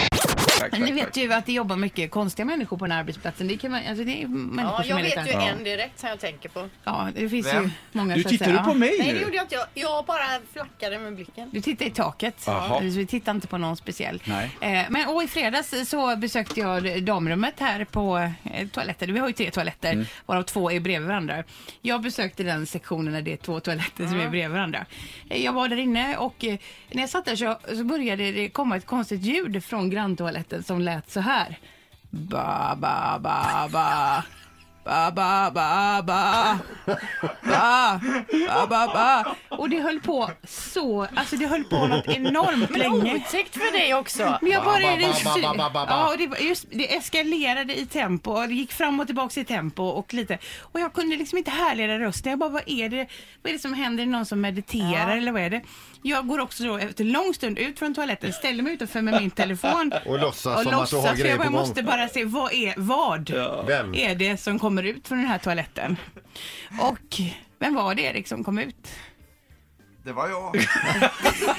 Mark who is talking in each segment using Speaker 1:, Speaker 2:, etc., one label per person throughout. Speaker 1: exakt.
Speaker 2: Ni vet ju att det jobbar mycket konstiga människor på den här arbetsplatsen. Det, kan man, alltså det är människor
Speaker 3: Ja,
Speaker 2: som
Speaker 3: jag
Speaker 2: är
Speaker 3: vet ju
Speaker 2: lite...
Speaker 3: en direkt som jag tänker på.
Speaker 2: Ja, det finns ju
Speaker 1: Vem?
Speaker 2: många
Speaker 1: Du
Speaker 2: så att
Speaker 1: tittar
Speaker 2: säga.
Speaker 1: du på
Speaker 2: Ja.
Speaker 1: mig
Speaker 3: Nej, det
Speaker 1: nu?
Speaker 3: gjorde jag inte. Jag, jag bara flackade med blicken.
Speaker 2: Du tittar i taket.
Speaker 1: Jaha.
Speaker 2: Så vi tittar inte på någon speciell.
Speaker 1: Nej.
Speaker 2: Eh, Men, och i fredags så besökte jag damrummet här på eh, toaletten. Vi har ju tre toaletter, varav två är bredvid varandra. Jag besökte den sektionen när det är två toaletter som är bredvid varandra. Eh, Jag var där inne och eh, när jag satt där så, så började det komma ett konstigt ljud från granntoaletten som lät så här. Ba, ba, ba, ba. Ba, ba, ba, ba. Ba, ba, ba, ba. Och det höll på så, alltså det höll på något enormt länge.
Speaker 3: Otäckt för dig också.
Speaker 2: Men jag
Speaker 4: Ba, ba,
Speaker 2: började i
Speaker 4: ba, ba,
Speaker 2: sy-
Speaker 4: ba, ba, ba.
Speaker 2: Ja, och det, var- just, det eskalerade i tempo. och Det gick fram och tillbaka i tempo och lite. Och jag kunde liksom inte härleda rösten. Jag bara, vad är det, vad är det som händer? Är det någon som mediterar eller vad är det? Jag går också då efter en lång stund ut från toaletten, ställer mig utanför med min telefon.
Speaker 4: Och låtsas som att du har
Speaker 2: låtsas, för
Speaker 4: grejer
Speaker 2: jag bara,
Speaker 4: på gång.
Speaker 2: måste bara se, vad är vad?
Speaker 4: Vem?
Speaker 2: är det som kommer ut från den här toaletten? Och vem var det Erik som kom ut?
Speaker 5: Det var jag.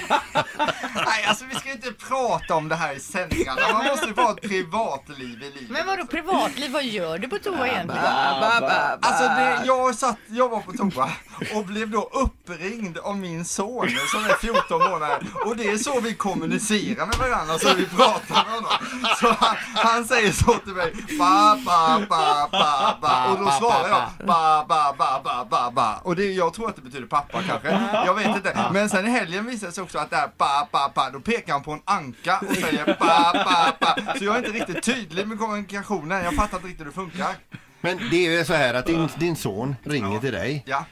Speaker 5: Nej, alltså vi ska ju inte prata om det här i sändningarna. Man måste ju få ett privatliv i livet.
Speaker 3: Men vadå privatliv? Vad gör du på toa egentligen?
Speaker 5: Alltså det, jag, satt, jag var på toa och blev då uppringd av min son som är 14 månader och det är så vi kommunicerar med varandra, så vi pratar med honom. Så han, han säger så till mig, ba ba ba ba ba och då svarar jag ba ba ba ba ba ba och det, jag tror att det betyder pappa kanske, jag vet inte. Men sen i helgen visade det sig också att det här ba ba ba, då pekar han på en anka och säger ba ba ba. Så jag är inte riktigt tydlig med kommunikationen, jag fattar inte riktigt hur det funkar.
Speaker 4: Men det är ju så här att din, din son ringer till dig
Speaker 5: Ja.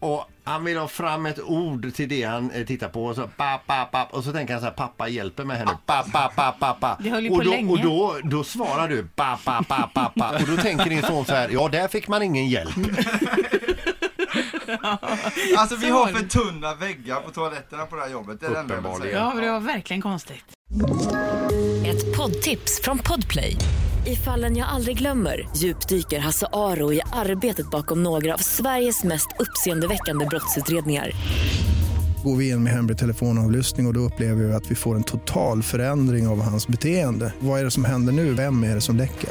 Speaker 4: och han vill ha fram ett ord till det han eh, tittar på och så, pa, pa, pa, och så tänker han så här, pappa hjälper mig här nu. Pa, pa, pa, pa, pa.
Speaker 2: Det höll ju
Speaker 4: och
Speaker 2: på
Speaker 4: då,
Speaker 2: länge.
Speaker 4: Och då, då svarar du, pa, pa, pa, pa, pa. Och då tänker din son så här, ja där fick man ingen hjälp.
Speaker 5: Alltså vi
Speaker 2: Så
Speaker 5: har
Speaker 2: var det.
Speaker 5: för tunna väggar på toaletterna på det här jobbet. Det är det enda jag vill säga.
Speaker 2: Ja, men det var verkligen konstigt.
Speaker 6: Ett poddtips från Podplay. I fallen jag aldrig glömmer djupdyker Hasse Aro i arbetet bakom några av Sveriges mest uppseendeväckande brottsutredningar.
Speaker 7: Går vi in med hemlig telefonavlyssning och, och då upplever vi att vi får en total förändring av hans beteende. Vad är det som händer nu? Vem är det som läcker?